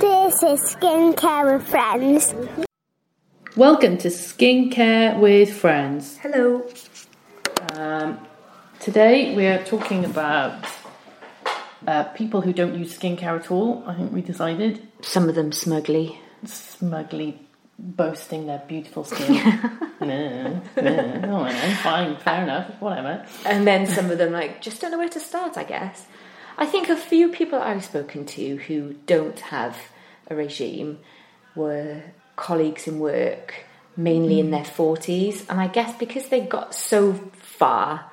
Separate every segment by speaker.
Speaker 1: This is Skincare with Friends.
Speaker 2: Welcome to Skincare with Friends. Um,
Speaker 3: Hello.
Speaker 2: Today we are talking about uh, people who don't use skincare at all. I think we decided
Speaker 3: Some of them smugly.
Speaker 2: smugly boasting their beautiful skin. no, no, no, I'm fine, fair enough, whatever.
Speaker 3: And then some of them, like, just don't know where to start, I guess. I think a few people I've spoken to who don't have a regime were colleagues in work, mainly in their 40s. And I guess because they got so far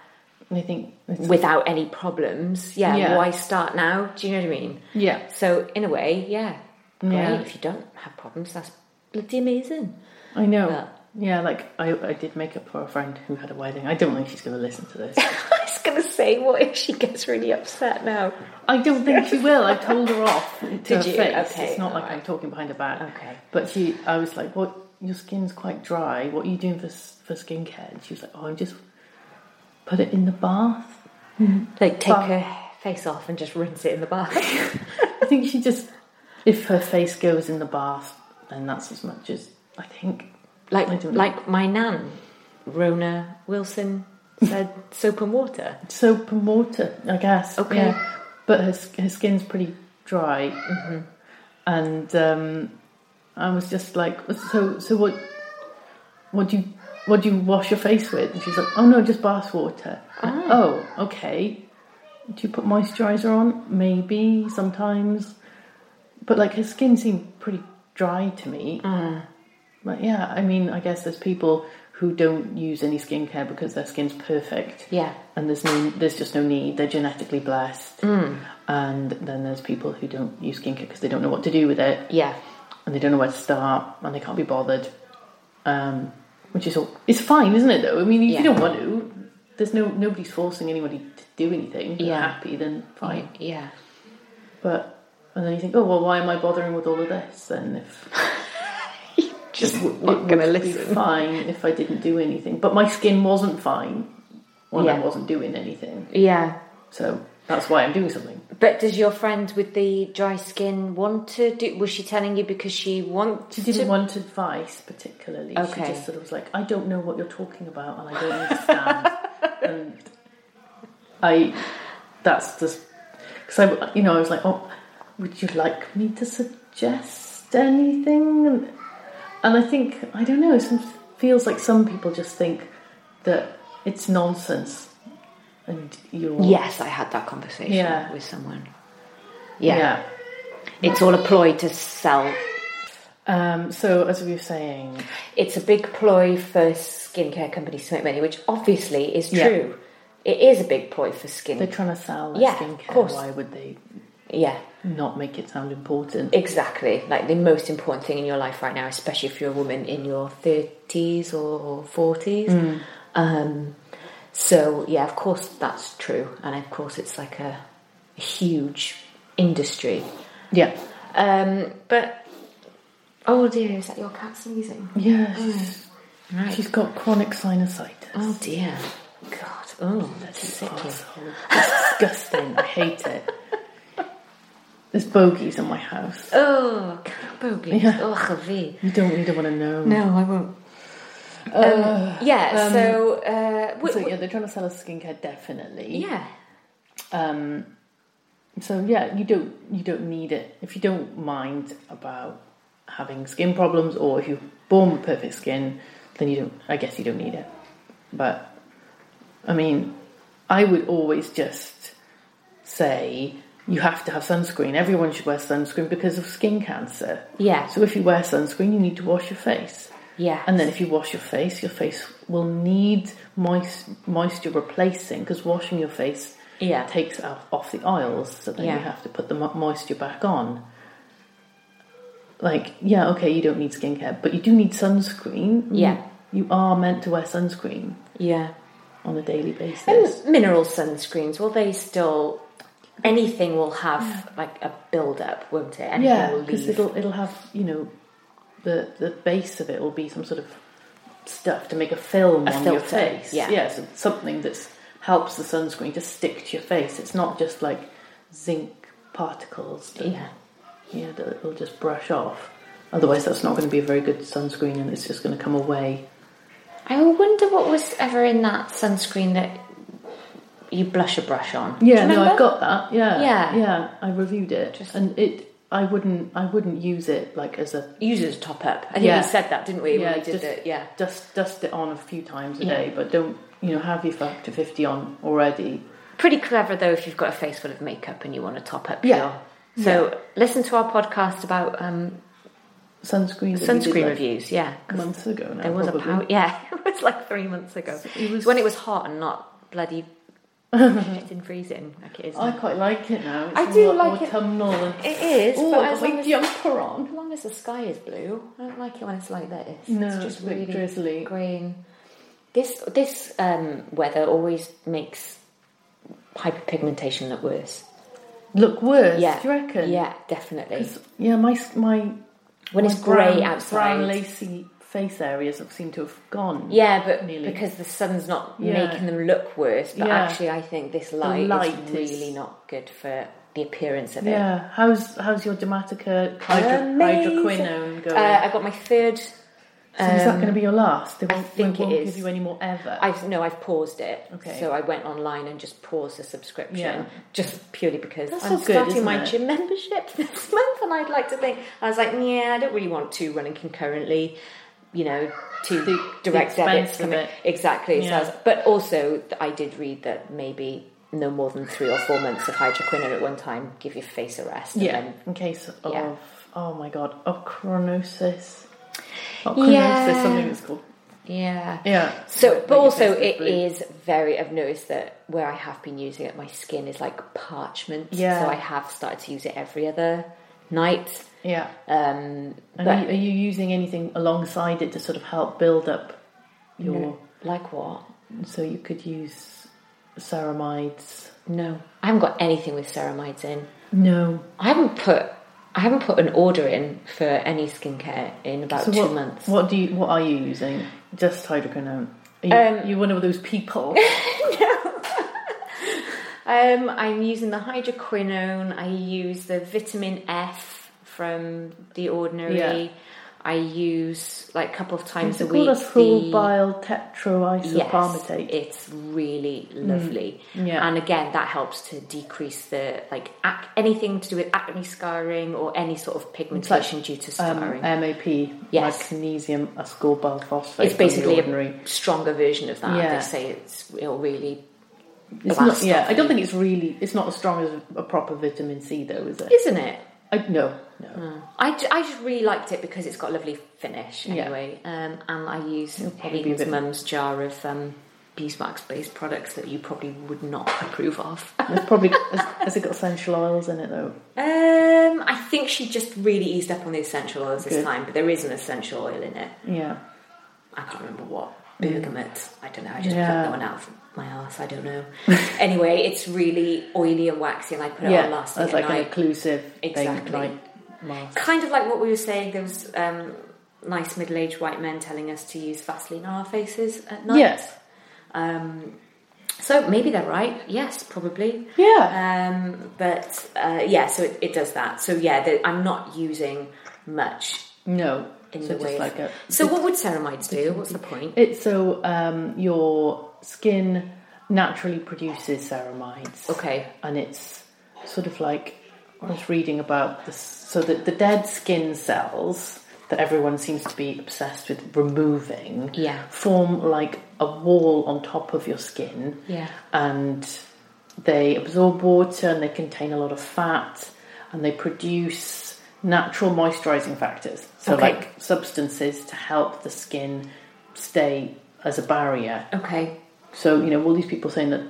Speaker 2: And I think it's,
Speaker 3: without any problems, yeah,
Speaker 2: Yeah.
Speaker 3: why start now? Do you know what I mean?
Speaker 2: yeah,
Speaker 3: So, in a way, yeah. Great.
Speaker 2: Yeah.
Speaker 3: If you don't have problems, that's bloody amazing.
Speaker 2: I know.
Speaker 3: Well.
Speaker 2: yeah, like I, I did makeup for a friend who had a wedding. I don't think she's going to listen to this.
Speaker 3: I was going to say, what if she gets really upset now?
Speaker 2: I don't think she will. I told her off to her
Speaker 3: you?
Speaker 2: face.
Speaker 3: Okay,
Speaker 2: it's not like
Speaker 3: alright.
Speaker 2: I'm talking behind her back.
Speaker 3: Okay.
Speaker 2: But she, I was like, "What? Your skin's quite dry. What are you doing for s- for skincare?" And she was like, "Oh, I'm just put it in the bath."
Speaker 3: Like, take
Speaker 2: Bath.
Speaker 3: her face off and just rinse it in the bath.
Speaker 2: I think she just, if her face goes in the bath, then that's as much as I think. I
Speaker 3: like,
Speaker 2: don't know.
Speaker 3: like my nan, Rona Wilson, said soap and water.
Speaker 2: soap and water, I guess.
Speaker 3: Okay.
Speaker 2: yeah. But her s- her skin's pretty dry, and um, I was just like, so so what? What do you what do you wash your face with? And she's like, oh no, just bath water. Like, Oh, okay. Do you put moisturizer on? Maybe sometimes, but like her skin seemed pretty dry to me. But yeah, I mean, I guess there's people who don't use any skincare because their skin's perfect.
Speaker 3: Yeah.
Speaker 2: And there's no, there's just no need. They're genetically blessed. And then there's people who don't use skincare because they don't know what to do with it
Speaker 3: Yeah.
Speaker 2: and they don't know where to start and they can't be bothered. Um, which is all, it's fine, isn't it? Though I mean, if
Speaker 3: Yeah.
Speaker 2: you don't want to, there's no nobody's forcing anybody to do anything. If they're
Speaker 3: Yeah.
Speaker 2: happy, then fine.
Speaker 3: Yeah.
Speaker 2: But and then you think, oh well, why am I bothering with all of this? Then if
Speaker 3: Just
Speaker 2: it would be Fine if I didn't do anything, but my skin wasn't fine when I
Speaker 3: Yeah.
Speaker 2: wasn't doing anything.
Speaker 3: Yeah.
Speaker 2: So that's why I'm doing something.
Speaker 3: But does your friend with the dry skin want to do? Was she telling you because she wants
Speaker 2: She didn't
Speaker 3: to?
Speaker 2: want advice particularly. She
Speaker 3: Okay.
Speaker 2: just sort of was like, I don't know what you're talking about and I don't understand. and I, that's just because I, you know, I was like, oh, would you like me to suggest anything? And, and I think I don't know. It some- feels like some people just think that it's nonsense, and you're
Speaker 3: yes, I had that conversation
Speaker 2: Yeah.
Speaker 3: with someone. yeah.
Speaker 2: yeah.
Speaker 3: It's all a ploy to sell
Speaker 2: Um, so as we were saying,
Speaker 3: it's a big ploy for skincare companies to make money, which obviously is
Speaker 2: Yeah.
Speaker 3: true. It is a big ploy for
Speaker 2: they're
Speaker 3: skin.
Speaker 2: trying to sell their
Speaker 3: Yeah, of
Speaker 2: skincare.
Speaker 3: course.
Speaker 2: Why would they
Speaker 3: yeah,
Speaker 2: not make it sound important?
Speaker 3: exactly. Like the most important thing in your life right now, especially if you're a woman in your 30s or 40s. Um, so, yeah, of course that's true. And of course, it's like a huge industry.
Speaker 2: Yeah.
Speaker 3: Um, but, oh dear, is that your cat sneezing?
Speaker 2: Yes. She's got chronic sinusitis.
Speaker 3: Oh dear. God. Oh, that's sick.
Speaker 2: Arsehole. disgusting. I hate it. There's bogeys in my house.
Speaker 3: Oh, cat bogies.
Speaker 2: Yeah.
Speaker 3: Oh, Javi.
Speaker 2: You don't really want to know.
Speaker 3: No, I won't. um, yeah, so, uh, w-
Speaker 2: So
Speaker 3: w-
Speaker 2: yeah, they're trying to sell us skincare, definitely.
Speaker 3: yeah,
Speaker 2: So yeah, you don't you don't need it if you don't mind about having skin problems, or if you're born with perfect skin, then you don't. I guess you don't need it. But I mean, I would always just say you have to have sunscreen. Everyone should wear sunscreen because of skin cancer.
Speaker 3: Yeah.
Speaker 2: So if you wear sunscreen, you need to wash your face.
Speaker 3: yeah.
Speaker 2: And then if you wash your face, your face will need moist, moisture replacing because washing your face
Speaker 3: Yeah.
Speaker 2: takes off, off the oils, so then
Speaker 3: Yeah.
Speaker 2: you have to put the mo- moisture back on. Like, yeah, okay, you don't need skincare, but you do need sunscreen.
Speaker 3: Yeah.
Speaker 2: You are meant to wear sunscreen
Speaker 3: Yeah.
Speaker 2: on a daily basis.
Speaker 3: And mineral sunscreens, will they still. Anything will have like a build up, won't it? Anything
Speaker 2: yeah,
Speaker 3: will
Speaker 2: because
Speaker 3: leave.
Speaker 2: it'll it'll have you know, the the base of it will be some sort of stuff to make a film
Speaker 3: A
Speaker 2: on your
Speaker 3: filter,
Speaker 2: face.
Speaker 3: yeah.
Speaker 2: yeah, so something that helps the sunscreen to stick to your face. It's not just like zinc particles. That,
Speaker 3: Yeah.
Speaker 2: yeah, that it'll just brush off. Otherwise, that's not going to be a very good sunscreen, and it's just going to come away.
Speaker 3: I wonder what was ever in that sunscreen that you blusher brush on. Do you
Speaker 2: Yeah, no,
Speaker 3: remember?
Speaker 2: I've got that. Yeah,
Speaker 3: Yeah.
Speaker 2: yeah. I reviewed it, and it. I wouldn't. I wouldn't use it like as a
Speaker 3: users top up. I think
Speaker 2: Yeah.
Speaker 3: we said that, didn't we? when we did
Speaker 2: just,
Speaker 3: it. Yeah,
Speaker 2: Dust dust it on a few times a
Speaker 3: Yeah.
Speaker 2: day, but don't you know have your factor fifty on already.
Speaker 3: pretty clever though. If you've got a face full of makeup and you want to top up,
Speaker 2: Yeah.
Speaker 3: your- So listen to our podcast about um,
Speaker 2: Sunscreen. that we did,
Speaker 3: sunscreen
Speaker 2: like,
Speaker 3: reviews. Yeah, 'cause
Speaker 2: Months ago now.
Speaker 3: there was
Speaker 2: probably.
Speaker 3: a pow- yeah, it was like three months ago.
Speaker 2: It
Speaker 3: It
Speaker 2: was-
Speaker 3: was when it was hot and not bloody shit and freezing like it is.
Speaker 2: I
Speaker 3: now.
Speaker 2: quite like it now. It's
Speaker 3: I do
Speaker 2: more
Speaker 3: like it.
Speaker 2: autumnal and
Speaker 3: It is,
Speaker 2: Oh,
Speaker 3: but
Speaker 2: I've
Speaker 3: as
Speaker 2: got
Speaker 3: long
Speaker 2: my
Speaker 3: as-
Speaker 2: jumper on.
Speaker 3: As long as the sky is blue, I don't like it when it's like this.
Speaker 2: No,
Speaker 3: it's
Speaker 2: it's
Speaker 3: just
Speaker 2: a bit
Speaker 3: really
Speaker 2: drizzly.
Speaker 3: green. This this um, weather always makes hyperpigmentation look worse.
Speaker 2: Look worse.
Speaker 3: Yeah,
Speaker 2: Do you reckon?
Speaker 3: Yeah, definitely.
Speaker 2: Yeah. My my
Speaker 3: When
Speaker 2: my
Speaker 3: it's grey
Speaker 2: brown-
Speaker 3: outside.
Speaker 2: brown lacy face areas have seemed to have gone.
Speaker 3: yeah, but
Speaker 2: Nearly.
Speaker 3: because the sun's not
Speaker 2: Yeah.
Speaker 3: making them look worse. But
Speaker 2: Yeah.
Speaker 3: actually, I think this light,
Speaker 2: light is-
Speaker 3: is really not good for the appearance of it.
Speaker 2: Yeah. How's how's your Dermatica hydro,
Speaker 3: Amazing.
Speaker 2: hydroquinone going?
Speaker 3: Uh, I got my third.
Speaker 2: so is that going to be your last? They
Speaker 3: I
Speaker 2: won't,
Speaker 3: think
Speaker 2: they
Speaker 3: it
Speaker 2: won't
Speaker 3: is.
Speaker 2: give you any more ever.
Speaker 3: I've no, I've paused it.
Speaker 2: Okay.
Speaker 3: So I went online and just paused the subscription,
Speaker 2: Yeah.
Speaker 3: just purely because
Speaker 2: That's
Speaker 3: I'm
Speaker 2: so good,
Speaker 3: starting
Speaker 2: isn't
Speaker 3: my
Speaker 2: it?
Speaker 3: gym membership this month, and I'd like to think I was like, yeah, I don't really want two running concurrently. You know, two
Speaker 2: The-
Speaker 3: direct
Speaker 2: the
Speaker 3: debits
Speaker 2: expense of
Speaker 3: coming
Speaker 2: it.
Speaker 3: exactly. So I
Speaker 2: Yeah.
Speaker 3: was- but also, th- I did read that maybe no more than three or four months of hydroquinone at one time give your face a rest. and
Speaker 2: Yeah,
Speaker 3: then-
Speaker 2: Um, in case of
Speaker 3: Yeah.
Speaker 2: oh my god, ochronosis. Ochronosis,
Speaker 3: Yeah.
Speaker 2: something it's called.
Speaker 3: yeah.
Speaker 2: Yeah.
Speaker 3: So,
Speaker 2: Like
Speaker 3: but
Speaker 2: your
Speaker 3: also
Speaker 2: face
Speaker 3: it
Speaker 2: blue.
Speaker 3: is very. I've noticed that where I have been using it, my skin is like parchment.
Speaker 2: Yeah.
Speaker 3: So I have started to use it every other night.
Speaker 2: Yeah.
Speaker 3: Um,
Speaker 2: And
Speaker 3: but
Speaker 2: are, you, are you using anything alongside it to sort of help build up your?
Speaker 3: like what?
Speaker 2: So you could use ceramides.
Speaker 3: No, I haven't got anything with ceramides in.
Speaker 2: No.
Speaker 3: I haven't put. I haven't put an order in for any skincare in about
Speaker 2: So
Speaker 3: two
Speaker 2: what,
Speaker 3: months.
Speaker 2: What do you? What are you using? Just hydroquinone. Are you, you're one of those people.
Speaker 3: Um, I'm using the hydroquinone. I use the vitamin F from The Ordinary.
Speaker 2: Yeah.
Speaker 3: I use like a couple of times
Speaker 2: Is it
Speaker 3: a week.
Speaker 2: called a full
Speaker 3: the-
Speaker 2: bile tetroisoparmitate?
Speaker 3: It's really lovely.
Speaker 2: Mm. Yeah.
Speaker 3: And again, that helps to decrease the like ac- anything to do with acne scarring or any sort of pigmentation due to
Speaker 2: um,
Speaker 3: scarring.
Speaker 2: MAP,
Speaker 3: Yes.
Speaker 2: magnesium ascorbyl phosphate.
Speaker 3: it's basically
Speaker 2: from the ordinary.
Speaker 3: a stronger version of that.
Speaker 2: Yeah.
Speaker 3: They say it's it'll really
Speaker 2: It's
Speaker 3: blast
Speaker 2: not, yeah,
Speaker 3: off
Speaker 2: I don't
Speaker 3: you.
Speaker 2: think it's really. It's not as strong as a proper vitamin C, though, is it?
Speaker 3: isn't it?
Speaker 2: I, no, no.
Speaker 3: I, ju- I just really liked it because it's got a lovely finish
Speaker 2: Yeah.
Speaker 3: anyway. Um, and I use
Speaker 2: probably be a
Speaker 3: Hayden's
Speaker 2: bit-
Speaker 3: mum's jar of um, beeswax based products that you probably would not approve of. um,
Speaker 2: It's probably has, has it got essential oils in it though?
Speaker 3: Um, I think she just really eased up on the essential oils this
Speaker 2: Good.
Speaker 3: time, but there is an essential oil in it.
Speaker 2: Yeah,
Speaker 3: I can't remember what. Bergamot. I don't know. I just
Speaker 2: Yeah.
Speaker 3: plucked that one out of my ass. I don't know. anyway, it's really oily and waxy, and I put it
Speaker 2: yeah.
Speaker 3: on last night.
Speaker 2: That's like
Speaker 3: and
Speaker 2: an
Speaker 3: I-
Speaker 2: occlusive
Speaker 3: Exactly.
Speaker 2: thing, like mask.
Speaker 3: kind of like what we were saying, those um, nice middle aged white men telling us to use Vaseline on our faces at night.
Speaker 2: Yes.
Speaker 3: Um, so maybe they're right. Yes, probably.
Speaker 2: Yeah.
Speaker 3: Um, but uh, yeah, so it, it does that. So yeah, the, I'm not using much
Speaker 2: No.
Speaker 3: Um, in
Speaker 2: so
Speaker 3: the
Speaker 2: just
Speaker 3: way. of-
Speaker 2: like a.
Speaker 3: so what would ceramides do? What's the point?
Speaker 2: It's so um, your skin naturally produces ceramides.
Speaker 3: Okay.
Speaker 2: And it's sort of like I was reading about this. So that the dead skin cells that everyone seems to be obsessed with removing
Speaker 3: Yeah.
Speaker 2: form like a wall on top of your skin.
Speaker 3: Yeah.
Speaker 2: And they absorb water and they contain a lot of fat and they produce natural moisturizing factors. So
Speaker 3: Okay.
Speaker 2: like substances to help the skin stay as a barrier.
Speaker 3: Okay.
Speaker 2: So, you know, all these people saying that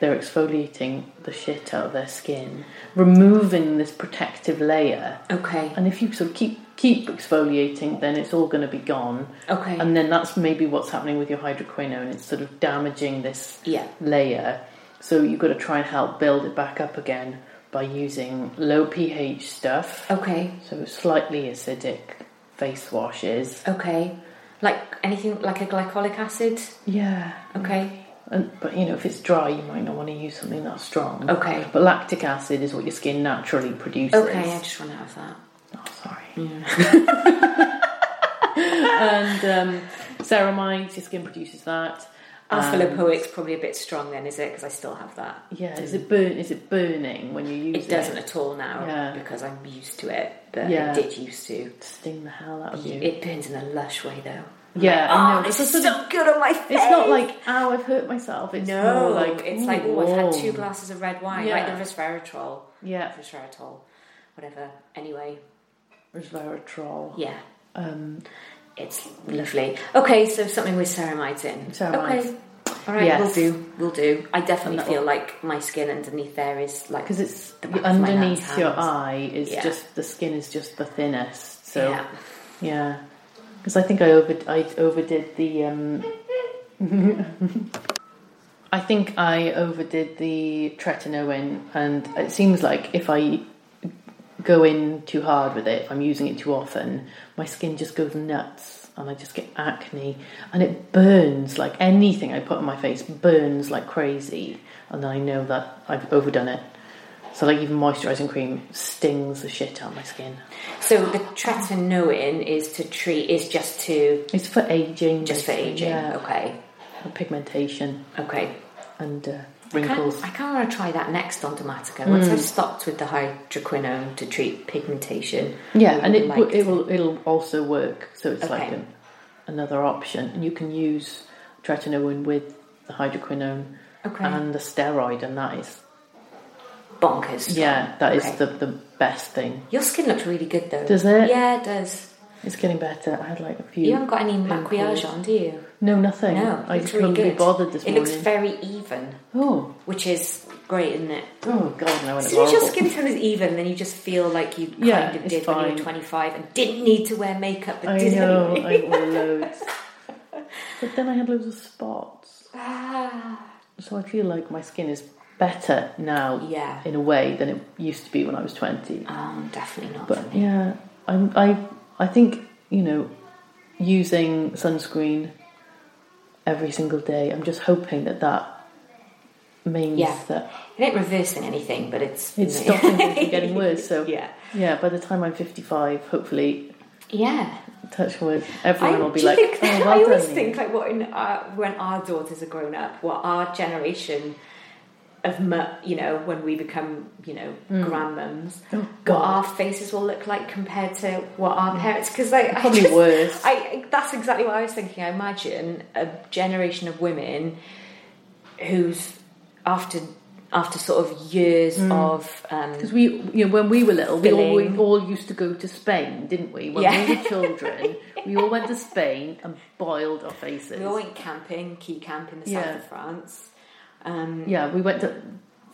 Speaker 2: they're exfoliating the shit out of their skin, removing this protective layer.
Speaker 3: Okay.
Speaker 2: And if you sort of keep keep exfoliating, then it's all going to be gone.
Speaker 3: Okay.
Speaker 2: And then that's maybe what's happening with your hydroquinone. It's sort of damaging this
Speaker 3: Yeah.
Speaker 2: layer. So you've got to try and help build it back up again by using low pH stuff.
Speaker 3: Okay.
Speaker 2: So slightly acidic face washes.
Speaker 3: Okay. Like anything like a glycolic acid?
Speaker 2: Yeah.
Speaker 3: Okay.
Speaker 2: And, but you know, if it's dry, you might not want to use something that's strong.
Speaker 3: Okay.
Speaker 2: But lactic acid is what your skin naturally produces.
Speaker 3: Okay, I just want to have that.
Speaker 2: Oh, sorry. and um, ceramides, your skin produces that.
Speaker 3: Alpha-lipoic's probably a bit strong then, is it? Because I still have that.
Speaker 2: Yeah. Is it burn? Is it burning when you use it?
Speaker 3: It doesn't at all now
Speaker 2: Yeah.
Speaker 3: because I'm used to it, but
Speaker 2: Yeah.
Speaker 3: I did used to.
Speaker 2: Sting the hell out of you.
Speaker 3: It burns in a lush way though.
Speaker 2: yeah. I
Speaker 3: Oh,
Speaker 2: know.
Speaker 3: this is so good on my face.
Speaker 2: It's not like ow, I've hurt myself. It's
Speaker 3: no,
Speaker 2: more like
Speaker 3: it's like
Speaker 2: ooh,
Speaker 3: oh, I've
Speaker 2: whoa.
Speaker 3: had two glasses of red wine,
Speaker 2: Yeah.
Speaker 3: like the resveratrol,
Speaker 2: Yeah.
Speaker 3: resveratrol, whatever. Anyway,
Speaker 2: Resveratrol.
Speaker 3: yeah,
Speaker 2: Um,
Speaker 3: it's lovely. Okay, so something with ceramides in.
Speaker 2: Ceramides.
Speaker 3: Okay. All right,
Speaker 2: Yes.
Speaker 3: we'll do. We'll do. I definitely
Speaker 2: that'll-
Speaker 3: feel like my skin underneath there is like
Speaker 2: because it's
Speaker 3: the back of my
Speaker 2: underneath
Speaker 3: hands'
Speaker 2: your
Speaker 3: hands.
Speaker 2: eye is
Speaker 3: Yeah.
Speaker 2: just the skin is just the thinnest. So
Speaker 3: Yeah.
Speaker 2: yeah, because I think I over I overdid the. Um, I think I overdid the tretinoin, and it seems like if I go in too hard with it, if I'm using it too often, my skin just goes nuts and I just get acne and it burns like anything I put on my face burns like crazy and then I know that I've overdone it. So like even moisturising cream stings the shit out of my skin.
Speaker 3: So the tretinoin is to treat is just to
Speaker 2: It's for aging.
Speaker 3: just for
Speaker 2: basically,
Speaker 3: aging.
Speaker 2: Yeah.
Speaker 3: Okay.
Speaker 2: For pigmentation
Speaker 3: Okay.
Speaker 2: and uh,
Speaker 3: Kind
Speaker 2: wrinkles.
Speaker 3: of, I kind of want to try that next on
Speaker 2: Hmm.
Speaker 3: Dermatica. Once I've stopped with the hydroquinone to treat pigmentation,
Speaker 2: Yeah,
Speaker 3: I
Speaker 2: and
Speaker 3: would
Speaker 2: it,
Speaker 3: like
Speaker 2: w it
Speaker 3: to-
Speaker 2: will it'll also work. So it's like
Speaker 3: Okay.
Speaker 2: an, another option, and you can use tretinoin with the hydroquinone
Speaker 3: Okay.
Speaker 2: and the steroid, and that is
Speaker 3: bonkers.
Speaker 2: yeah, that is
Speaker 3: Okay.
Speaker 2: the the best thing.
Speaker 3: Your skin looks really good though.
Speaker 2: Does it?
Speaker 3: Yeah, it does.
Speaker 2: It's getting better. I had like a few.
Speaker 3: You haven't got any
Speaker 2: pimples.
Speaker 3: maquillage on, do you?
Speaker 2: No, nothing.
Speaker 3: No,
Speaker 2: I
Speaker 3: it's
Speaker 2: just
Speaker 3: really
Speaker 2: couldn't be
Speaker 3: good.
Speaker 2: bothered this
Speaker 3: it
Speaker 2: morning.
Speaker 3: looks very even,
Speaker 2: oh,
Speaker 3: which is great, isn't it?
Speaker 2: oh God, no,
Speaker 3: As
Speaker 2: it's
Speaker 3: soon as your
Speaker 2: horrible.
Speaker 3: skin tone is even, then you just feel like you kind
Speaker 2: Yeah,
Speaker 3: of
Speaker 2: it's
Speaker 3: did when you
Speaker 2: fine.
Speaker 3: were 25 and didn't need to wear makeup, but
Speaker 2: I
Speaker 3: did
Speaker 2: know.
Speaker 3: anyway.
Speaker 2: I wore loads, but then I had loads of spots.
Speaker 3: Ah,
Speaker 2: So I feel like my skin is better now,
Speaker 3: Yeah.
Speaker 2: in a way than it used to be when I was twenty.
Speaker 3: um, definitely not.
Speaker 2: But yeah, I, I, I think you know, using sunscreen every single day. I'm just hoping that that means
Speaker 3: Yeah.
Speaker 2: that
Speaker 3: It ain't reversing anything, but it's
Speaker 2: it's stopping things from getting worse. So
Speaker 3: Yeah.
Speaker 2: yeah. By the time I'm 55, hopefully,
Speaker 3: yeah.
Speaker 2: touch wood, everyone will be
Speaker 3: do you
Speaker 2: like,
Speaker 3: think-
Speaker 2: "Oh, well
Speaker 3: I always
Speaker 2: done,
Speaker 3: think like what in our, when our daughters are grown up, what our generation of mu- you know when we become you know grandmums,
Speaker 2: Mm. Oh, God. Mm.
Speaker 3: what our faces will look like compared to what our parents because like I
Speaker 2: Probably
Speaker 3: just-
Speaker 2: worse.
Speaker 3: I- I that's exactly what I was thinking. I imagine a generation of women who's after after sort of years of um,
Speaker 2: Mm. Because we, you know, when we were little, we all, we
Speaker 3: Filling.
Speaker 2: all used to go to Spain, didn't we? When
Speaker 3: Yeah.
Speaker 2: we were children, we all went to Spain and boiled our faces.
Speaker 3: we all went camping, key camp in the
Speaker 2: Yeah.
Speaker 3: south of France. Um,
Speaker 2: yeah, we went to.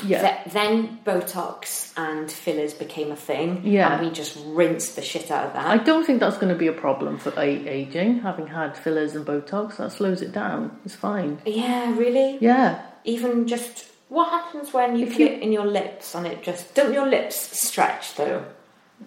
Speaker 2: Yeah,
Speaker 3: Th- then Botox and fillers became a thing.
Speaker 2: Yeah.
Speaker 3: And we just rinsed the shit out of
Speaker 2: I
Speaker 3: that.
Speaker 2: don't think that's going to be a problem for a- aging. Having had fillers and Botox, that slows it down. It's fine.
Speaker 3: yeah, really?
Speaker 2: Yeah,
Speaker 3: Even just what happens when you
Speaker 2: If
Speaker 3: put
Speaker 2: you-
Speaker 3: it in your lips and it just don't your lips stretch though?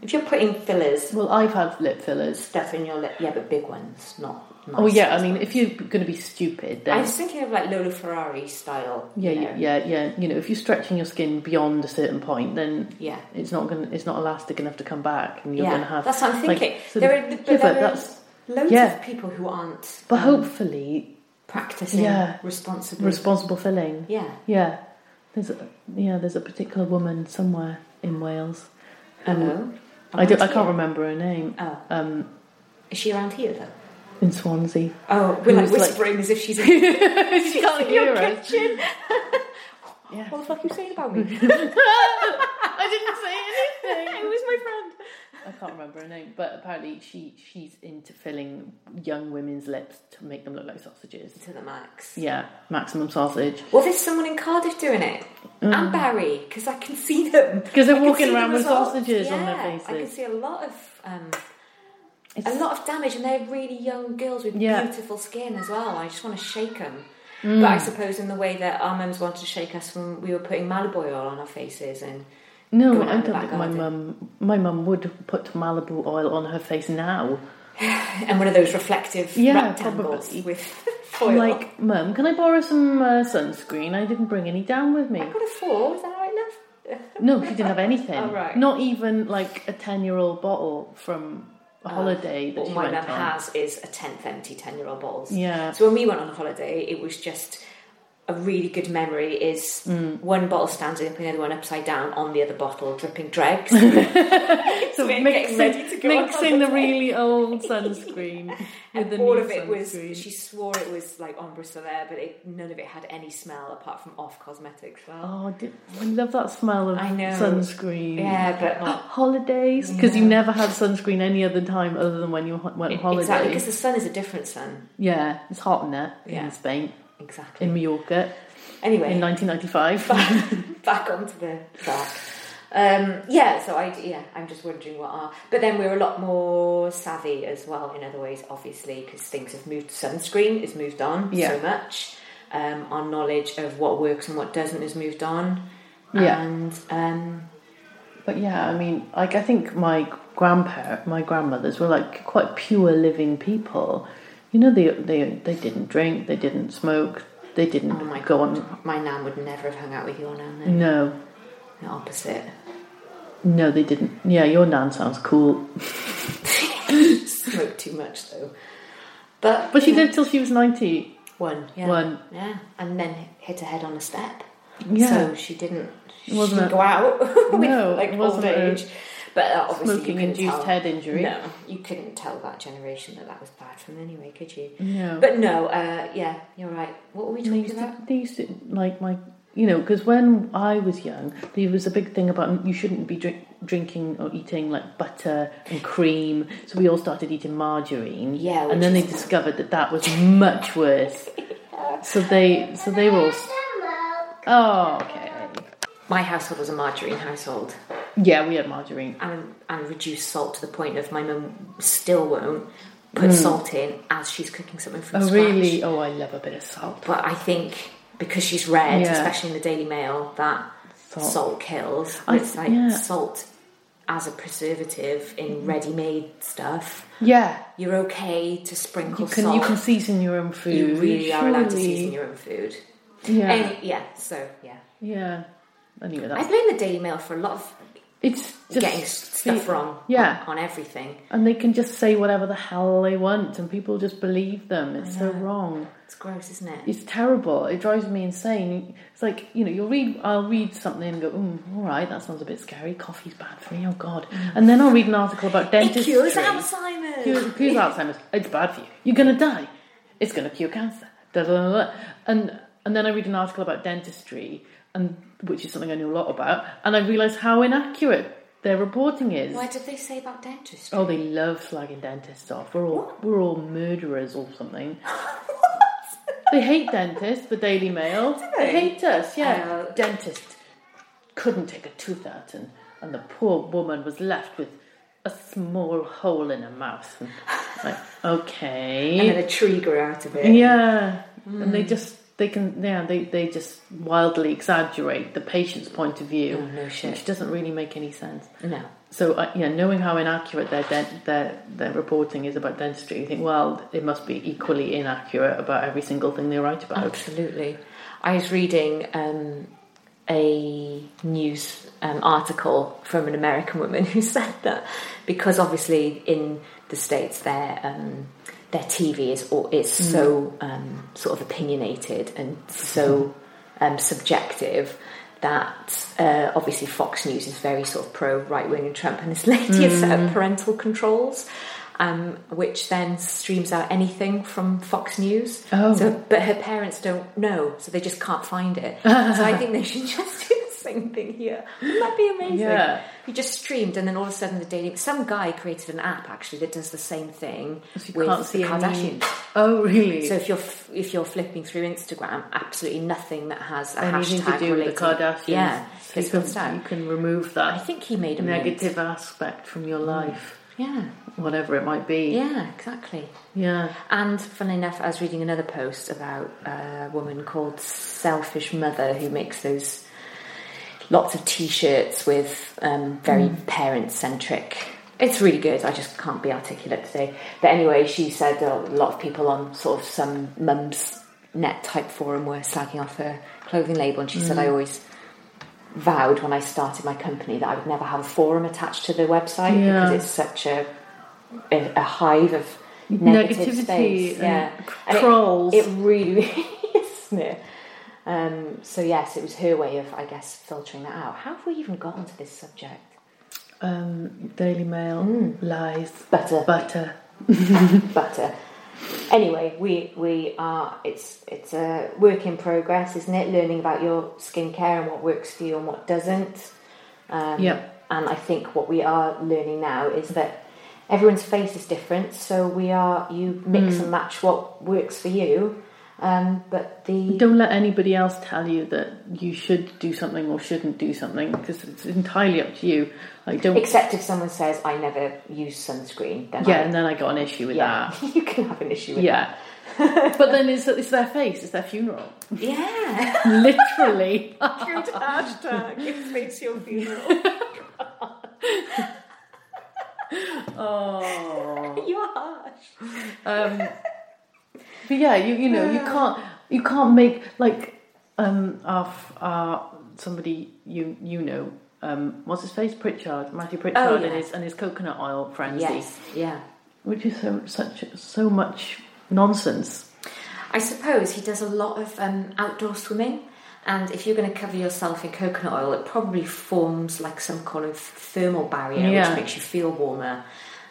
Speaker 3: If you're putting fillers
Speaker 2: Well, I've had lip fillers.
Speaker 3: stuff in your lip, yeah, but big ones, not. Nice
Speaker 2: Oh yeah, I
Speaker 3: ones.
Speaker 2: mean, if you're going to be stupid,
Speaker 3: I
Speaker 2: then
Speaker 3: was thinking of like Lola Ferrari style.
Speaker 2: yeah,
Speaker 3: you
Speaker 2: yeah,
Speaker 3: know.
Speaker 2: yeah, yeah. You know, if you're stretching your skin beyond a certain point, then
Speaker 3: Yeah.
Speaker 2: it's not going. to It's not elastic enough to come back, and you're
Speaker 3: Yeah,
Speaker 2: going to have.
Speaker 3: that's what I'm
Speaker 2: like,
Speaker 3: thinking.
Speaker 2: sort
Speaker 3: there
Speaker 2: of-
Speaker 3: are, but
Speaker 2: yeah,
Speaker 3: there
Speaker 2: but
Speaker 3: are
Speaker 2: that's.
Speaker 3: loads
Speaker 2: yeah.
Speaker 3: of people who aren't
Speaker 2: But hopefully,
Speaker 3: practicing
Speaker 2: Yeah.
Speaker 3: responsibly.
Speaker 2: responsible filling.
Speaker 3: yeah.
Speaker 2: Yeah, there's a, yeah, there's a particular woman somewhere in Wales. Mm-hmm.
Speaker 3: Hello.
Speaker 2: I, do, I
Speaker 3: Around
Speaker 2: can't
Speaker 3: here?
Speaker 2: remember her name.
Speaker 3: Oh. Um, is she around here though?
Speaker 2: In Swansea.
Speaker 3: Oh, we're like
Speaker 2: Who's, like-
Speaker 3: whispering as if she's in she's
Speaker 2: can't
Speaker 3: in
Speaker 2: hear
Speaker 3: your
Speaker 2: us.
Speaker 3: kitchen.
Speaker 2: Yeah.
Speaker 3: What the fuck are you saying about me?
Speaker 2: I didn't say anything.
Speaker 3: Who's my friend?
Speaker 2: I can't remember her name, but apparently she she's into filling young women's lips to make them look like sausages.
Speaker 3: to the max.
Speaker 2: Yeah, maximum sausage.
Speaker 3: Well, there's someone in Cardiff doing it, and Barry, because I can see them.
Speaker 2: Mm. 'Cause they're
Speaker 3: I can
Speaker 2: walking
Speaker 3: see the
Speaker 2: around with
Speaker 3: results.
Speaker 2: sausages on their
Speaker 3: Yeah, I can
Speaker 2: faces.
Speaker 3: see a lot of um, a
Speaker 2: It's-
Speaker 3: lot of damage, and they're really young girls with
Speaker 2: Yeah. Mm.
Speaker 3: beautiful skin as well. I just want to shake them. But I suppose in the way that our mums wanted to shake us when we were putting Malibu oil on our faces, and
Speaker 2: No,
Speaker 3: going out
Speaker 2: I
Speaker 3: in the
Speaker 2: don't
Speaker 3: back
Speaker 2: think my
Speaker 3: garden.
Speaker 2: mum. My mum would put Malibu oil on her face now.
Speaker 3: and one of those reflective
Speaker 2: Yeah,
Speaker 3: rectangles
Speaker 2: probably.
Speaker 3: with
Speaker 2: I'm
Speaker 3: foil.
Speaker 2: like, mum, can I borrow some uh, sunscreen? I didn't bring any down with me.
Speaker 3: I got a four. Is that right, love?
Speaker 2: No, she didn't have anything.
Speaker 3: Oh, right.
Speaker 2: Not even like a ten-year-old bottle from a holiday that
Speaker 3: What
Speaker 2: she
Speaker 3: Oh, my
Speaker 2: went
Speaker 3: mum
Speaker 2: on.
Speaker 3: has is a tenth empty ten year old bottles.
Speaker 2: Yeah.
Speaker 3: So when we went on holiday, it was just a really good memory is
Speaker 2: Mm.
Speaker 3: one bottle standing up and the other one upside down on the other bottle, dripping dregs.
Speaker 2: So
Speaker 3: Get
Speaker 2: mixing,
Speaker 3: ready to go on
Speaker 2: mixing the
Speaker 3: holiday.
Speaker 2: really old sunscreen with
Speaker 3: and
Speaker 2: the
Speaker 3: all
Speaker 2: new
Speaker 3: of it
Speaker 2: sunscreen.
Speaker 3: was she swore it was like ombre solaire, but it, none of it had any smell apart from off cosmetics. Well,
Speaker 2: Oh, I did- I love that smell of
Speaker 3: I know.
Speaker 2: sunscreen.
Speaker 3: Yeah, but-
Speaker 2: holidays because you never had sunscreen any other time other than when you ho- went on holiday.
Speaker 3: exactly because the sun is a different sun.
Speaker 2: Yeah, it's hot in there
Speaker 3: Yeah.
Speaker 2: in Spain,
Speaker 3: Exactly.
Speaker 2: in Mallorca,
Speaker 3: anyway,
Speaker 2: in 1995.
Speaker 3: back, back onto the track. Um, yeah, so I yeah, I'm just wondering what are. But then we're a lot more savvy as well in other ways, obviously, because things have moved. Sunscreen has moved on
Speaker 2: Yeah.
Speaker 3: so much. Um, our knowledge of what works and what doesn't has moved on.
Speaker 2: Yeah.
Speaker 3: And um,
Speaker 2: But yeah, I mean, like I think my grandparents, my grandmothers were like quite pure living people. You know, they they they didn't drink, they didn't smoke, they didn't
Speaker 3: oh my
Speaker 2: go
Speaker 3: god,
Speaker 2: on.
Speaker 3: my nan would never have hung out with your nan. Then.
Speaker 2: No, Mm.
Speaker 3: The opposite.
Speaker 2: no, they didn't. Yeah, your nan sounds cool,
Speaker 3: Smoked too much though. But
Speaker 2: but she lived till she was ninety.
Speaker 3: One, yeah.
Speaker 2: One.
Speaker 3: Yeah, and then hit her head on a step.
Speaker 2: Yeah.
Speaker 3: So she didn't she
Speaker 2: Wasn't
Speaker 3: didn't
Speaker 2: it-
Speaker 3: go out with
Speaker 2: No,
Speaker 3: like
Speaker 2: it wasn't
Speaker 3: old
Speaker 2: a
Speaker 3: age. But uh, obviously you couldn't
Speaker 2: smoking-induced
Speaker 3: tell-
Speaker 2: head injury.
Speaker 3: No, you couldn't tell that generation that that was bad from anyway, could you?
Speaker 2: No.
Speaker 3: But no, uh, yeah, you're right. What were we
Speaker 2: They
Speaker 3: talking
Speaker 2: used, to,
Speaker 3: about?
Speaker 2: they used to like my, you know, because when I was young, there was a big thing about you shouldn't be drink, drinking or eating like butter and cream. So we all started eating margarine.
Speaker 3: Yeah, which
Speaker 2: and then they
Speaker 3: is-
Speaker 2: discovered that that was much worse. So they, so they were. All, s- oh, okay.
Speaker 3: My household was a margarine household.
Speaker 2: Yeah, we had margarine.
Speaker 3: and and reduce salt to the point of my mum still won't put salt in as she's cooking something from
Speaker 2: Hmm. Oh,
Speaker 3: scratch.
Speaker 2: really? Oh, I love a bit of salt.
Speaker 3: But I think because she's read,
Speaker 2: Yeah.
Speaker 3: especially in the Daily Mail, that salt,
Speaker 2: Salt.
Speaker 3: kills.
Speaker 2: I-
Speaker 3: it's like
Speaker 2: yeah.
Speaker 3: salt as a preservative in ready-made stuff.
Speaker 2: Yeah,
Speaker 3: You're okay to sprinkle
Speaker 2: you can
Speaker 3: salt.
Speaker 2: you can season your own food.
Speaker 3: You really are allowed to
Speaker 2: surely.
Speaker 3: season your own food.
Speaker 2: Yeah,
Speaker 3: Any- yeah. So yeah,
Speaker 2: yeah. Anyway,
Speaker 3: I
Speaker 2: that's,
Speaker 3: blame the Daily Mail for a lot of
Speaker 2: it's just
Speaker 3: getting s- stuff wrong.
Speaker 2: Yeah.
Speaker 3: on, on everything.
Speaker 2: And they can just say whatever the hell they want, and people just believe them. It's so wrong.
Speaker 3: It's gross, isn't it?
Speaker 2: It's terrible. It drives me insane. It's like you know, you'll read, I'll read something and go, mm, all right, that sounds a bit scary. Coffee's bad for you. Oh God! And then I'll read an article about dentistry.
Speaker 3: Mm. it cures Alzheimer's.
Speaker 2: Cures, cures Alzheimer's. It's bad for you. You're gonna die. It's gonna cure cancer. Da, da, da, da. And and then I read an article about dentistry, and which is something I knew a lot about, and I realise how inaccurate their reporting is.
Speaker 3: Why did they say about dentistry?
Speaker 2: Oh, they love slagging dentists off. We're all we're all murderers or something. They hate dentists. The Daily Mail.
Speaker 3: they?
Speaker 2: hate us. Yeah,
Speaker 3: Oh.
Speaker 2: dentist couldn't take a tooth out, and and the poor woman was left with a small hole in her mouth. And, like,
Speaker 3: and then Mm.
Speaker 2: okay,
Speaker 3: a tree grew out of it.
Speaker 2: yeah, and they just. They can, yeah. They, they just wildly exaggerate the patient's point of view,
Speaker 3: Oh, no shit.
Speaker 2: which doesn't really make any sense.
Speaker 3: No.
Speaker 2: So uh, yeah, knowing how inaccurate their, dent- their their reporting is about dentistry, you think, well, it must be equally inaccurate about every single thing they write about.
Speaker 3: Absolutely. I was reading um, a news um, article from an American woman who said that because obviously in the states their um, their TV is all, is so um, sort of opinionated and so um, subjective that uh, obviously Fox News is very sort of pro right wing and Trump, and this lady has set
Speaker 2: Mm.
Speaker 3: up parental controls. Um, which then streams out anything from Fox News.
Speaker 2: Oh.
Speaker 3: So but her parents don't know, so they just can't find it. so I think they should just do the same same thing here. Wouldn't that be amazing?
Speaker 2: Yeah.
Speaker 3: You just streamed, and then all of a sudden, the daily. Some guy created an app actually that does the same thing
Speaker 2: You
Speaker 3: with
Speaker 2: can't see
Speaker 3: the
Speaker 2: any-
Speaker 3: Kardashians.
Speaker 2: Oh, really?
Speaker 3: So if you're f- if you're flipping through Instagram, absolutely nothing that has a
Speaker 2: Anything to
Speaker 3: hashtag
Speaker 2: do with
Speaker 3: related,
Speaker 2: the Kardashians?
Speaker 3: yeah,
Speaker 2: so
Speaker 3: gets
Speaker 2: you
Speaker 3: pulled
Speaker 2: can, you
Speaker 3: down.
Speaker 2: can remove
Speaker 3: I
Speaker 2: that
Speaker 3: think he made a mint.
Speaker 2: negative aspect from your life,
Speaker 3: Yeah,
Speaker 2: whatever it might be.
Speaker 3: Mm. yeah, exactly.
Speaker 2: Yeah.
Speaker 3: And funnily enough, I was reading another post about a woman called Selfish Mother who makes those lots of T-shirts with um, very
Speaker 2: Hmm.
Speaker 3: parent-centric. It's really good. I just can't be articulate today. But anyway, she said a lot of people on sort of some mums net type forum were slagging off her clothing label, and she said,
Speaker 2: Hmm.
Speaker 3: "I always." Vowed when I started my company that I would never have a forum attached to the website
Speaker 2: Yeah.
Speaker 3: because it's such a a, a hive of negative
Speaker 2: Negativity
Speaker 3: space.
Speaker 2: and
Speaker 3: yeah,
Speaker 2: c-
Speaker 3: it-
Speaker 2: trolls.
Speaker 3: It, really is, isn't it? Um, so yes, it was her way of, I guess, filtering that out. How have we even got onto this subject?
Speaker 2: Um, Daily Mail,
Speaker 3: Mm.
Speaker 2: lies,
Speaker 3: Butter.
Speaker 2: butter.
Speaker 3: Butter. uh, Anyway, we we are. It's it's a work in progress, isn't it? Learning about your skincare and what works for you and what doesn't. Um,
Speaker 2: Yep.
Speaker 3: And I think what we are learning now is that everyone's face is different, so we are you mix
Speaker 2: Mm.
Speaker 3: and match what works for you. Um, but the
Speaker 2: Don't let anybody else tell you that you should do something or shouldn't do something because it's entirely up to you. Like, don't.
Speaker 3: except if someone says I never use sunscreen, then
Speaker 2: yeah,
Speaker 3: I,
Speaker 2: and then I got an issue with
Speaker 3: yeah,
Speaker 2: that.
Speaker 3: you can have an issue with
Speaker 2: Yeah. but then it's, it's their face, it's their funeral.
Speaker 3: that. Yeah.
Speaker 2: Literally.
Speaker 3: Cute hashtag. It makes your funeral.
Speaker 2: oh.
Speaker 3: you are harsh.
Speaker 2: Um, but yeah, you you know you can't you can't make like um our f- our somebody you you know um what's his face Pritchard Matthew Pritchard and
Speaker 3: Oh, yeah.
Speaker 2: his and his coconut oil frenzy,
Speaker 3: Yes. Yeah.
Speaker 2: which is so such so much nonsense.
Speaker 3: I suppose he does a lot of um, outdoor swimming, and if you're going to cover yourself in coconut oil, it probably forms like some kind of thermal barrier,
Speaker 2: Yeah.
Speaker 3: which makes you feel warmer.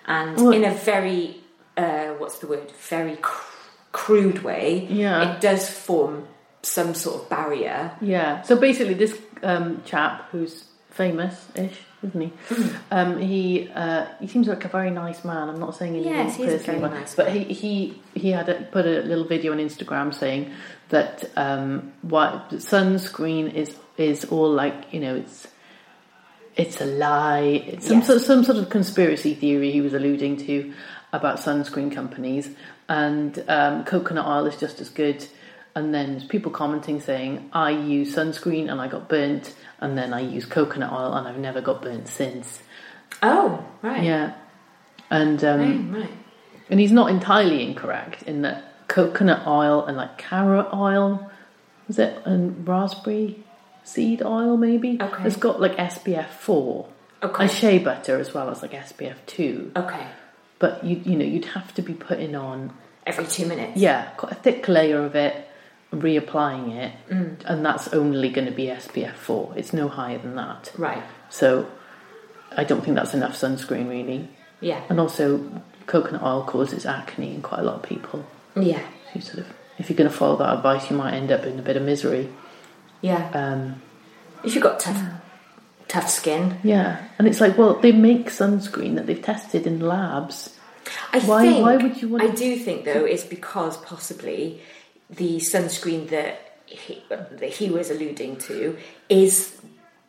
Speaker 3: And
Speaker 2: Well-
Speaker 3: in a very, uh, what's the word, very cr- crude way,
Speaker 2: Yeah.
Speaker 3: it does form some sort of barrier.
Speaker 2: Yeah. So basically, this um, chap who's famous ish, isn't he?
Speaker 3: Hmm.
Speaker 2: Um, he uh, he seems like a very nice man. I'm not saying anything
Speaker 3: Yes, he is a
Speaker 2: personally,
Speaker 3: very
Speaker 2: but-
Speaker 3: nice
Speaker 2: but
Speaker 3: man.
Speaker 2: he he he had a, put a little video on Instagram saying that um, why sunscreen is is all like you know it's. It's a lie. It's some,
Speaker 3: Yes.
Speaker 2: sort, some sort of conspiracy theory he was alluding to about sunscreen companies, and um, coconut oil is just as good. And then there's people commenting saying, I use sunscreen and I got burnt, and then I use coconut oil and I've never got burnt since.
Speaker 3: Oh, right.
Speaker 2: Yeah. And um,
Speaker 3: Mm, Right.
Speaker 2: and he's not entirely incorrect in that coconut oil and like carrot oil, was it, and raspberry seed oil maybe?
Speaker 3: Okay.
Speaker 2: It's got like SPF 4.
Speaker 3: Okay.
Speaker 2: And shea butter as well as like SPF 2.
Speaker 3: Okay.
Speaker 2: But you you know, you'd have to be putting on
Speaker 3: Every two minutes.
Speaker 2: yeah, quite a thick layer of it, reapplying it, and that's only going to be SPF 4. It's no higher than that.
Speaker 3: Right.
Speaker 2: So I don't think that's enough sunscreen, really.
Speaker 3: Yeah.
Speaker 2: And also, coconut oil causes acne in quite a lot of people.
Speaker 3: Yeah.
Speaker 2: So you sort of, if you're going to follow that advice, you might end up in a bit of misery.
Speaker 3: Yeah.
Speaker 2: Um,
Speaker 3: if you've got tough, tough skin,
Speaker 2: yeah, and it's like, well, they make sunscreen that they've tested in labs.
Speaker 3: I
Speaker 2: Why-
Speaker 3: think,
Speaker 2: why would you want
Speaker 3: I
Speaker 2: to-
Speaker 3: do think though it's because possibly the sunscreen that he, that he was alluding to is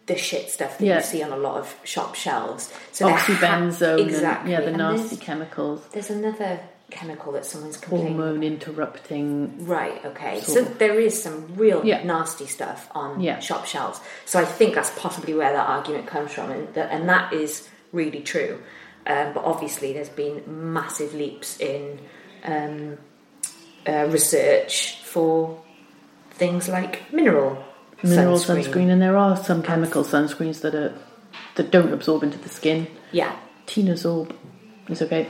Speaker 3: the shit stuff that
Speaker 2: Yeah.
Speaker 3: you see on a lot of shop shelves. So they're ha-
Speaker 2: Oxybenzone,
Speaker 3: exactly.
Speaker 2: and, yeah, the
Speaker 3: And
Speaker 2: nasty
Speaker 3: There's,
Speaker 2: chemicals,
Speaker 3: there's another chemical that someone's complaining.
Speaker 2: hormone interrupting
Speaker 3: Right. Okay.
Speaker 2: Sort
Speaker 3: so there is some real
Speaker 2: Yeah.
Speaker 3: nasty stuff on
Speaker 2: Yeah.
Speaker 3: shop shelves. So I think that's possibly where that argument comes from, and that, and that is really true. Um, but obviously, there's been massive leaps in um, uh, research for things like mineral
Speaker 2: mineral
Speaker 3: sunscreen.
Speaker 2: sunscreen. and there are some chemical sunscreens that are that don't absorb into the skin.
Speaker 3: Yeah.
Speaker 2: Tinazorb is okay.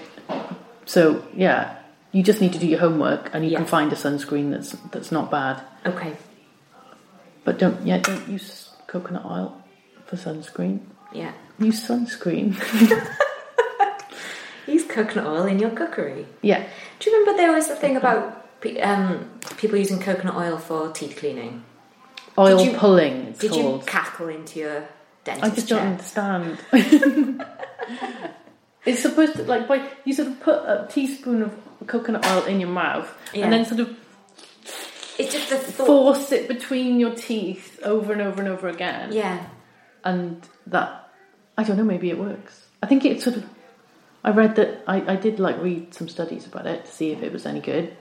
Speaker 2: So yeah, you just need to do your homework, and you
Speaker 3: Yeah.
Speaker 2: can find a sunscreen that's that's not bad.
Speaker 3: Okay.
Speaker 2: But don't yeah, don't use coconut oil for sunscreen.
Speaker 3: Yeah.
Speaker 2: Use sunscreen.
Speaker 3: Use coconut oil in your cookery.
Speaker 2: yeah,
Speaker 3: Do you remember there was a thing about pe- um, people using coconut oil for teeth cleaning?
Speaker 2: Oil
Speaker 3: Did you-
Speaker 2: pulling, it's
Speaker 3: Did you
Speaker 2: called.
Speaker 3: cackle into your dentist
Speaker 2: I just don't
Speaker 3: chair?
Speaker 2: understand. it's supposed to like by you sort of put a teaspoon of coconut oil in your mouth
Speaker 3: Yeah.
Speaker 2: and then sort of
Speaker 3: It's just the thought.
Speaker 2: force it between your teeth over and over and over again.
Speaker 3: Yeah.
Speaker 2: and that I don't know. Maybe it works. I think it sort of. I read that I, I did like read some studies about it to see if it was any good,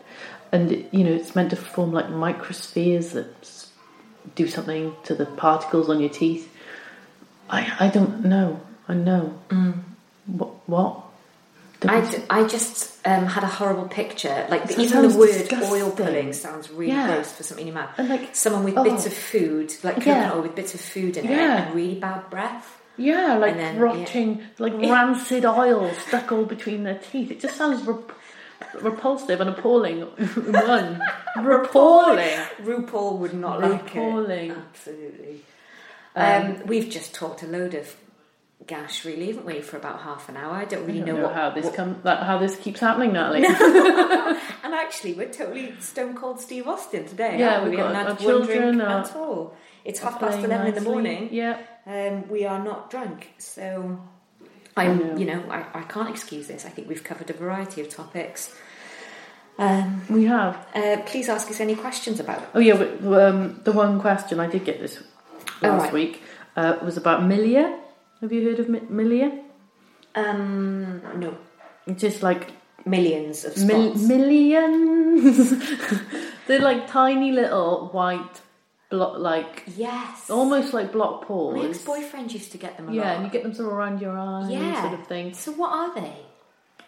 Speaker 2: and it, you know it's meant to form like microspheres that s- do something to the particles on your teeth. I I don't know. I know. What what?
Speaker 3: Mm. I, d- I just um, had a horrible picture. Like the,
Speaker 2: That
Speaker 3: even the
Speaker 2: sounds
Speaker 3: word
Speaker 2: disgusting.
Speaker 3: oil pulling sounds really
Speaker 2: Yeah.
Speaker 3: gross for something in your mouth.
Speaker 2: And, like,
Speaker 3: someone with
Speaker 2: oh.
Speaker 3: bits of food, like
Speaker 2: Yeah.
Speaker 3: coconut oil with bits of food in it,
Speaker 2: Yeah.
Speaker 3: and really bad breath.
Speaker 2: Yeah, like
Speaker 3: And then, yeah.
Speaker 2: rotting, like rancid oil stuck all between their teeth. It just sounds rep- repulsive and appalling. One, repalling.
Speaker 3: RuPaul would not like
Speaker 2: Appalling.
Speaker 3: it. Absolutely. Um, we've just talked a load of gash, really, haven't we, for about half an hour? I don't really
Speaker 2: I don't
Speaker 3: know,
Speaker 2: know
Speaker 3: what.
Speaker 2: how this come that how this keeps happening, Natalie.
Speaker 3: And actually, we're totally stone cold Steve Austin today.
Speaker 2: Yeah,
Speaker 3: haven't we
Speaker 2: we've
Speaker 3: haven't
Speaker 2: got
Speaker 3: had
Speaker 2: our
Speaker 3: one
Speaker 2: children
Speaker 3: drink
Speaker 2: are-
Speaker 3: at all. It's half past
Speaker 2: Playing
Speaker 3: eleven in the
Speaker 2: nicely.
Speaker 3: morning.
Speaker 2: Yeah,
Speaker 3: um, we are not drunk. So I'm, you know, I, I can't excuse this. I think we've covered a variety of topics. Um,
Speaker 2: we have.
Speaker 3: uh, please ask us any questions about
Speaker 2: Oh yeah, but, um, the one question I did get this last
Speaker 3: Alright.
Speaker 2: week uh, was about milia. Have you heard of mi- milia?
Speaker 3: um, no
Speaker 2: It's just like
Speaker 3: millions of
Speaker 2: mil-
Speaker 3: spots.
Speaker 2: millions. They're like tiny little white block, like
Speaker 3: yes,
Speaker 2: almost like block pores.
Speaker 3: My ex-boyfriend used to get them a
Speaker 2: Yeah, and you
Speaker 3: lot.
Speaker 2: get them sort of around your eyes,
Speaker 3: yeah,
Speaker 2: sort of thing.
Speaker 3: So what are they?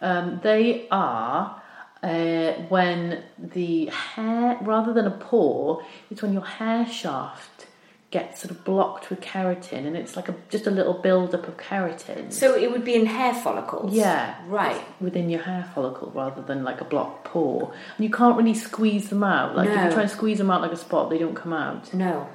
Speaker 2: Um, they are uh, when the hair, rather than a pore, it's when your hair shaft gets sort of blocked with keratin, and it's like a, just a little build-up of keratin
Speaker 3: So it would be in hair follicles.
Speaker 2: Yeah.
Speaker 3: right.
Speaker 2: within your hair follicle, rather than like a blocked pore. And you can't really squeeze them out. Like if
Speaker 3: No.
Speaker 2: you try and squeeze them out like a spot, they don't come out.
Speaker 3: No,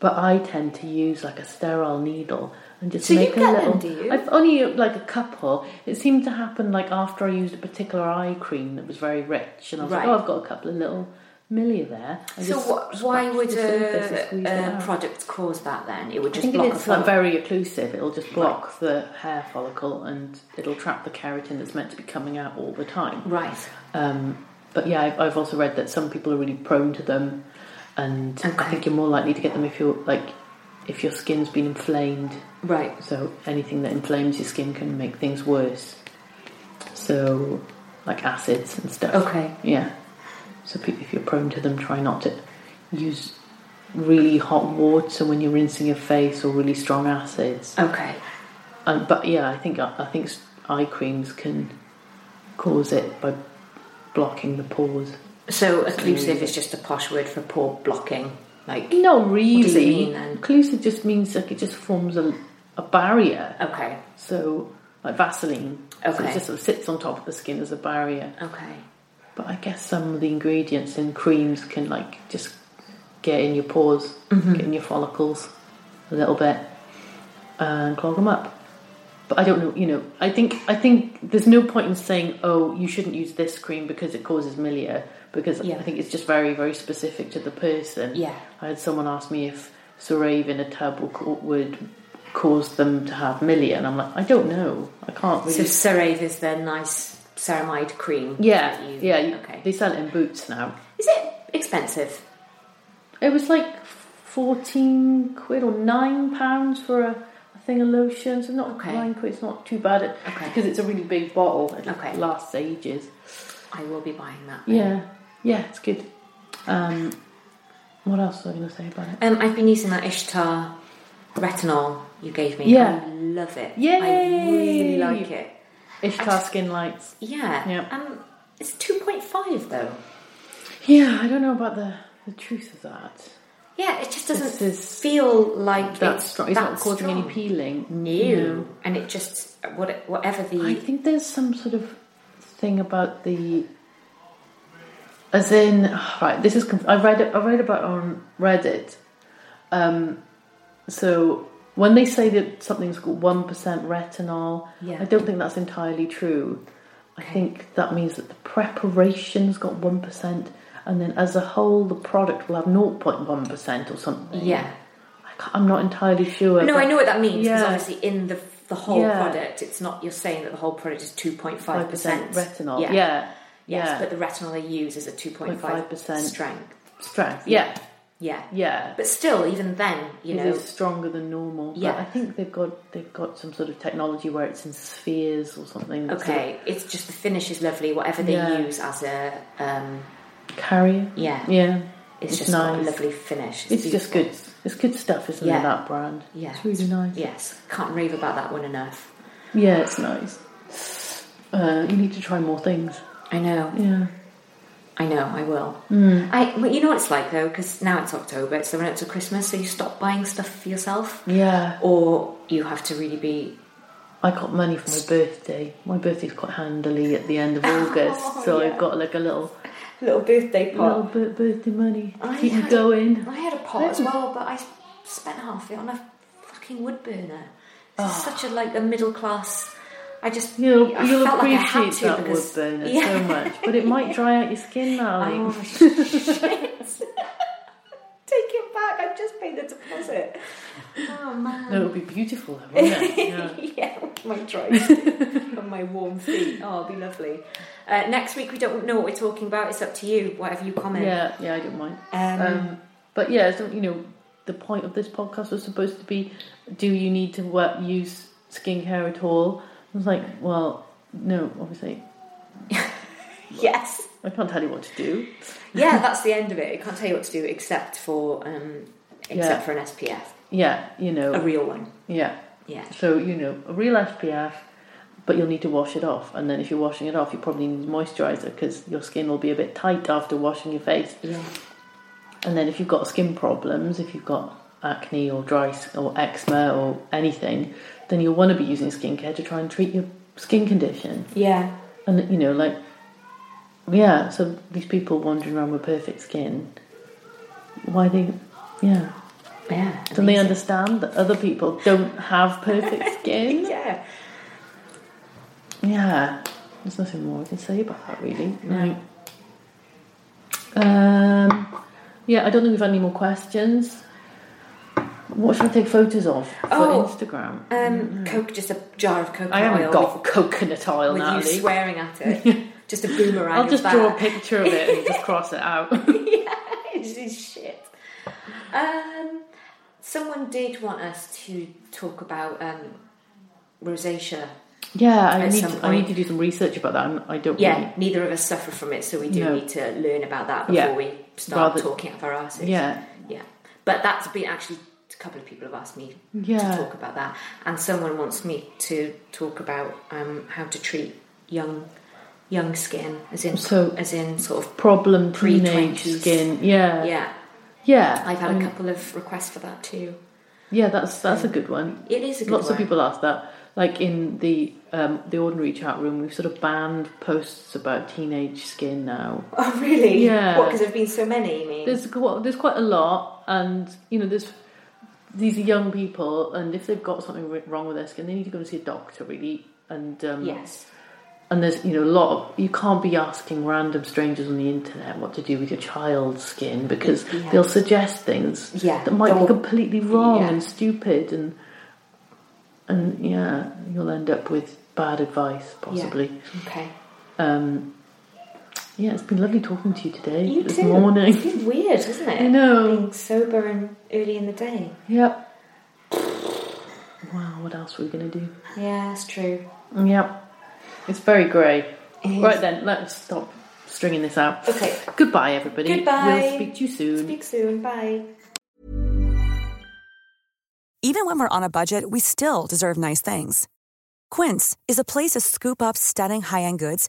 Speaker 2: But I tend to use like a sterile needle and just
Speaker 3: So you
Speaker 2: make a
Speaker 3: get them,
Speaker 2: little.
Speaker 3: do you?
Speaker 2: I've only like a couple. It seemed to happen like after I used a particular eye cream that was very rich, and I was like,
Speaker 3: Right.
Speaker 2: oh, I've got a couple of little millia there. I
Speaker 3: so
Speaker 2: just
Speaker 3: wh- why
Speaker 2: scratched
Speaker 3: would
Speaker 2: the surface and squeezed it
Speaker 3: a, a
Speaker 2: out.
Speaker 3: product cause that then? It would
Speaker 2: I
Speaker 3: just
Speaker 2: think
Speaker 3: block
Speaker 2: if
Speaker 3: a
Speaker 2: it's like
Speaker 3: follicle.
Speaker 2: very occlusive, it'll just block the hair follicle and it'll trap the keratin that's meant to be coming out all the time.
Speaker 3: right.
Speaker 2: Um, but yeah, I've, I've also read that some people are really prone to them, and I
Speaker 3: Okay.
Speaker 2: think you're more likely to get them if you're like if your skin's been inflamed.
Speaker 3: Right.
Speaker 2: So anything that inflames your skin can make things worse. So, like acids and stuff.
Speaker 3: Okay.
Speaker 2: Yeah. So pe- if you're prone to them, try not to use really hot water when you're rinsing your face or really strong acids.
Speaker 3: Okay.
Speaker 2: Um, but yeah, I think I think s- eye creams can cause it by blocking the pores.
Speaker 3: So occlusive is just a posh word for pore blocking, like
Speaker 2: Not really.
Speaker 3: What do you mean then?
Speaker 2: Occlusive just means like it just forms a, a barrier.
Speaker 3: okay,
Speaker 2: So like Vaseline. So
Speaker 3: Okay.
Speaker 2: it just sort of sits on top of the skin as a barrier.
Speaker 3: okay,
Speaker 2: But I guess some of the ingredients in creams can like just get in your pores,
Speaker 3: Mm-hmm.
Speaker 2: get in your follicles a little bit, and clog them up. But I don't know, you know. I think I think there's no point in saying, oh, you shouldn't use this cream because it causes milia, because
Speaker 3: Yeah.
Speaker 2: I think it's just very very specific to the person.
Speaker 3: Yeah.
Speaker 2: I had someone ask me if Cerave in a tub will, ca- would cause them to have milia, and I'm like, I don't know. I can't
Speaker 3: so
Speaker 2: really.
Speaker 3: Cerave is their nice ceramide cream.
Speaker 2: yeah,
Speaker 3: that you-
Speaker 2: yeah. you-
Speaker 3: okay.
Speaker 2: They sell it in boots now.
Speaker 3: Is it expensive?
Speaker 2: It was like fourteen quid or nine pounds for a, a thing of lotion. So not
Speaker 3: Okay.
Speaker 2: nine quid. It's not too bad it,
Speaker 3: Okay.
Speaker 2: because it's a really big bottle. It
Speaker 3: Okay.
Speaker 2: lasts ages.
Speaker 3: I will be buying that.
Speaker 2: Yeah, yeah, it's good. Um, what else was I going to say about it?
Speaker 3: Um, I've been using that Ishtar retinol you gave me.
Speaker 2: Yeah.
Speaker 3: I love it. I
Speaker 2: Yay!
Speaker 3: really like it.
Speaker 2: Ishtar skin lights.
Speaker 3: Yeah.
Speaker 2: Yeah.
Speaker 3: Um, it's two point five though.
Speaker 2: Yeah, I don't know about the the truth of that.
Speaker 3: Yeah, it just doesn't
Speaker 2: This is-
Speaker 3: feel like
Speaker 2: That's
Speaker 3: it's
Speaker 2: strong. It's not
Speaker 3: that
Speaker 2: causing any
Speaker 3: strong.
Speaker 2: peeling.
Speaker 3: No. and it just what whatever the
Speaker 2: I think there's some sort of thing about the, as in, right. This is conf- I read it- I read about it on Reddit. Um, so when they say that something's got one percent retinol,
Speaker 3: Yeah.
Speaker 2: I don't think that's entirely true. I think that means that the preparation's got one percent, and then as a whole, the product will have 0.1% or something.
Speaker 3: Yeah.
Speaker 2: I can't, I'm not entirely sure.
Speaker 3: No,
Speaker 2: but-
Speaker 3: I know what that means because
Speaker 2: Yeah.
Speaker 3: obviously in the the whole
Speaker 2: Yeah.
Speaker 3: product, it's not you're saying that the whole product is two point five
Speaker 2: 5%
Speaker 3: percent
Speaker 2: retinol. Yeah. yeah.
Speaker 3: Yes, but the retinol they use is a two point five
Speaker 2: 0.5%.
Speaker 3: percent strength.
Speaker 2: strength. Yeah.
Speaker 3: Yeah.
Speaker 2: Yeah.
Speaker 3: But still, even then, you
Speaker 2: It is
Speaker 3: know,
Speaker 2: stronger than normal. But
Speaker 3: Yeah.
Speaker 2: I think they've got they've got some sort of technology where it's in spheres or something. that sort
Speaker 3: okay, it's just the finish is lovely. Whatever they
Speaker 2: Yeah.
Speaker 3: use as a, um,
Speaker 2: of carrier.
Speaker 3: Yeah.
Speaker 2: Yeah.
Speaker 3: it's,
Speaker 2: It's
Speaker 3: just got a
Speaker 2: nice.
Speaker 3: lovely finish.
Speaker 2: It's just
Speaker 3: beautiful.
Speaker 2: good. It's good stuff, isn't
Speaker 3: Yeah.
Speaker 2: it? That brand.
Speaker 3: Yeah,
Speaker 2: It's really nice.
Speaker 3: Yes, can't rave about that one enough.
Speaker 2: Yeah, it's nice. Uh, you need to try more things.
Speaker 3: I know.
Speaker 2: Yeah.
Speaker 3: I know, I will.
Speaker 2: Hmm.
Speaker 3: I, well, you know what it's like though, because now it's October, it's the run up to Christmas, so you stop buying stuff for yourself.
Speaker 2: Yeah.
Speaker 3: Or you have to really be.
Speaker 2: I got money for my birthday. My birthday's quite handily at the end of August, so
Speaker 3: Oh, yeah.
Speaker 2: I've got like a little
Speaker 3: Little birthday
Speaker 2: little bir- birthday money.
Speaker 3: I
Speaker 2: Keep me
Speaker 3: had-
Speaker 2: going.
Speaker 3: I had a pot as well, but I spent half it on a fucking wood burner. This is such a like a middle class. I just
Speaker 2: Ah. You'll,
Speaker 3: I
Speaker 2: you'll
Speaker 3: felt like I had
Speaker 2: appreciate
Speaker 3: to
Speaker 2: that
Speaker 3: because,
Speaker 2: wood burner
Speaker 3: yeah.
Speaker 2: so much, but it might dry out your skin now.
Speaker 3: Oh,
Speaker 2: Like.
Speaker 3: shit. Take it back. I just paid the deposit. Oh man.
Speaker 2: No, it'll be beautiful, though, won't it? Yeah.
Speaker 3: yeah, with my dry skin and my warm feet. Oh, it'll be lovely. Uh, next week, we don't know what we're talking about. It's up to you, whatever you comment.
Speaker 2: yeah, yeah, I don't mind.
Speaker 3: Um,
Speaker 2: Um, but yeah, so, you know, the point of this podcast was supposed to be: Do you need to work, use skincare at all? I was like, well, no, obviously,
Speaker 3: Yes.
Speaker 2: I can't tell you what to do.
Speaker 3: Yeah, that's the end of it. I can't tell you what to do except for um, except
Speaker 2: Yeah.
Speaker 3: for an SPF,
Speaker 2: Yeah, you
Speaker 3: a
Speaker 2: know,
Speaker 3: real one.
Speaker 2: yeah.
Speaker 3: Yeah.
Speaker 2: So you know, a real SPF, but you'll need to wash it off. And then if you're washing it off, you probably need moisturizer because your skin will be a bit tight after washing your face.
Speaker 3: Yeah.
Speaker 2: And then if you've got skin problems, if you've got acne or dry s- or eczema or anything, then you'll want to be using skincare to try and treat your skin condition.
Speaker 3: Yeah.
Speaker 2: And you know, like, yeah. So these people wandering around with perfect skin, why they, yeah.
Speaker 3: Yeah.
Speaker 2: Don't they
Speaker 3: amazing.
Speaker 2: understand that other people don't have perfect skin?
Speaker 3: Yeah.
Speaker 2: Yeah, there's nothing more I can say about that really. Right. Um, yeah, I don't think we've had any more questions. What should I take photos of for
Speaker 3: Oh,
Speaker 2: Instagram?
Speaker 3: Um, Coke, just a jar of coconut
Speaker 2: Mm-hmm. I haven't
Speaker 3: oil
Speaker 2: got coconut oil,
Speaker 3: with, with
Speaker 2: Natalie.
Speaker 3: you swearing at it. just a boomerang.
Speaker 2: I'll
Speaker 3: of
Speaker 2: just
Speaker 3: that.
Speaker 2: draw a picture of it and just cross it out.
Speaker 3: this is shit. Um, someone did want us to talk about um, rosacea.
Speaker 2: yeah, I
Speaker 3: At
Speaker 2: need
Speaker 3: some
Speaker 2: to, I
Speaker 3: point.
Speaker 2: need to do some research about that. and I don't.
Speaker 3: Yeah,
Speaker 2: Really,
Speaker 3: neither of us suffer from it, so we do
Speaker 2: No.
Speaker 3: need to learn about that before
Speaker 2: Yeah.
Speaker 3: we start
Speaker 2: Rather-
Speaker 3: talking out of our asses.
Speaker 2: Yeah.
Speaker 3: yeah. But that's been actually a couple of people have asked me
Speaker 2: Yeah.
Speaker 3: to talk about that, and someone wants me to talk about um, how to treat young young skin, as in
Speaker 2: So-
Speaker 3: as in sort of
Speaker 2: problem teenage
Speaker 3: Pre-twenties.
Speaker 2: skin. Yeah, yeah.
Speaker 3: yeah. I've
Speaker 2: um,
Speaker 3: had a couple of requests for that too.
Speaker 2: Yeah, that's that's a good one.
Speaker 3: It is a good
Speaker 2: Lots
Speaker 3: one.
Speaker 2: of people ask that. Like in the um, the ordinary chat room, we've sort of banned posts about teenage skin now.
Speaker 3: Oh, really?
Speaker 2: Yeah.
Speaker 3: What? Because there've been so many. You mean?
Speaker 2: There's quite, there's quite a lot, and you know, there's these are young people, and if they've got something ri- wrong with their skin, they need to go and see a doctor, really. And um,
Speaker 3: yes.
Speaker 2: and there's you know a lot of you can't be asking random strangers on the internet what to do with your child's skin because
Speaker 3: Yeah.
Speaker 2: they'll suggest things
Speaker 3: Yeah,
Speaker 2: that might be
Speaker 3: they'll-
Speaker 2: completely wrong
Speaker 3: yeah.
Speaker 2: and stupid and and yeah you'll end up with bad advice possibly
Speaker 3: Okay.
Speaker 2: um yeah it's been lovely talking to you today
Speaker 3: You
Speaker 2: this
Speaker 3: too. It's
Speaker 2: morning
Speaker 3: been weird, isn't it?
Speaker 2: I know
Speaker 3: Being sober and early in the day.
Speaker 2: yep wow what else were we gonna do
Speaker 3: Yeah, that's true.
Speaker 2: yep it's very grey
Speaker 3: It is.
Speaker 2: right then let's stop stringing this out
Speaker 3: Okay.
Speaker 2: Goodbye, everybody.
Speaker 3: Goodbye.
Speaker 2: We'll speak to you soon.
Speaker 3: Speak soon. Bye.
Speaker 4: Even when we're on a budget, we still deserve nice things. Quince is a place to scoop up stunning high-end goods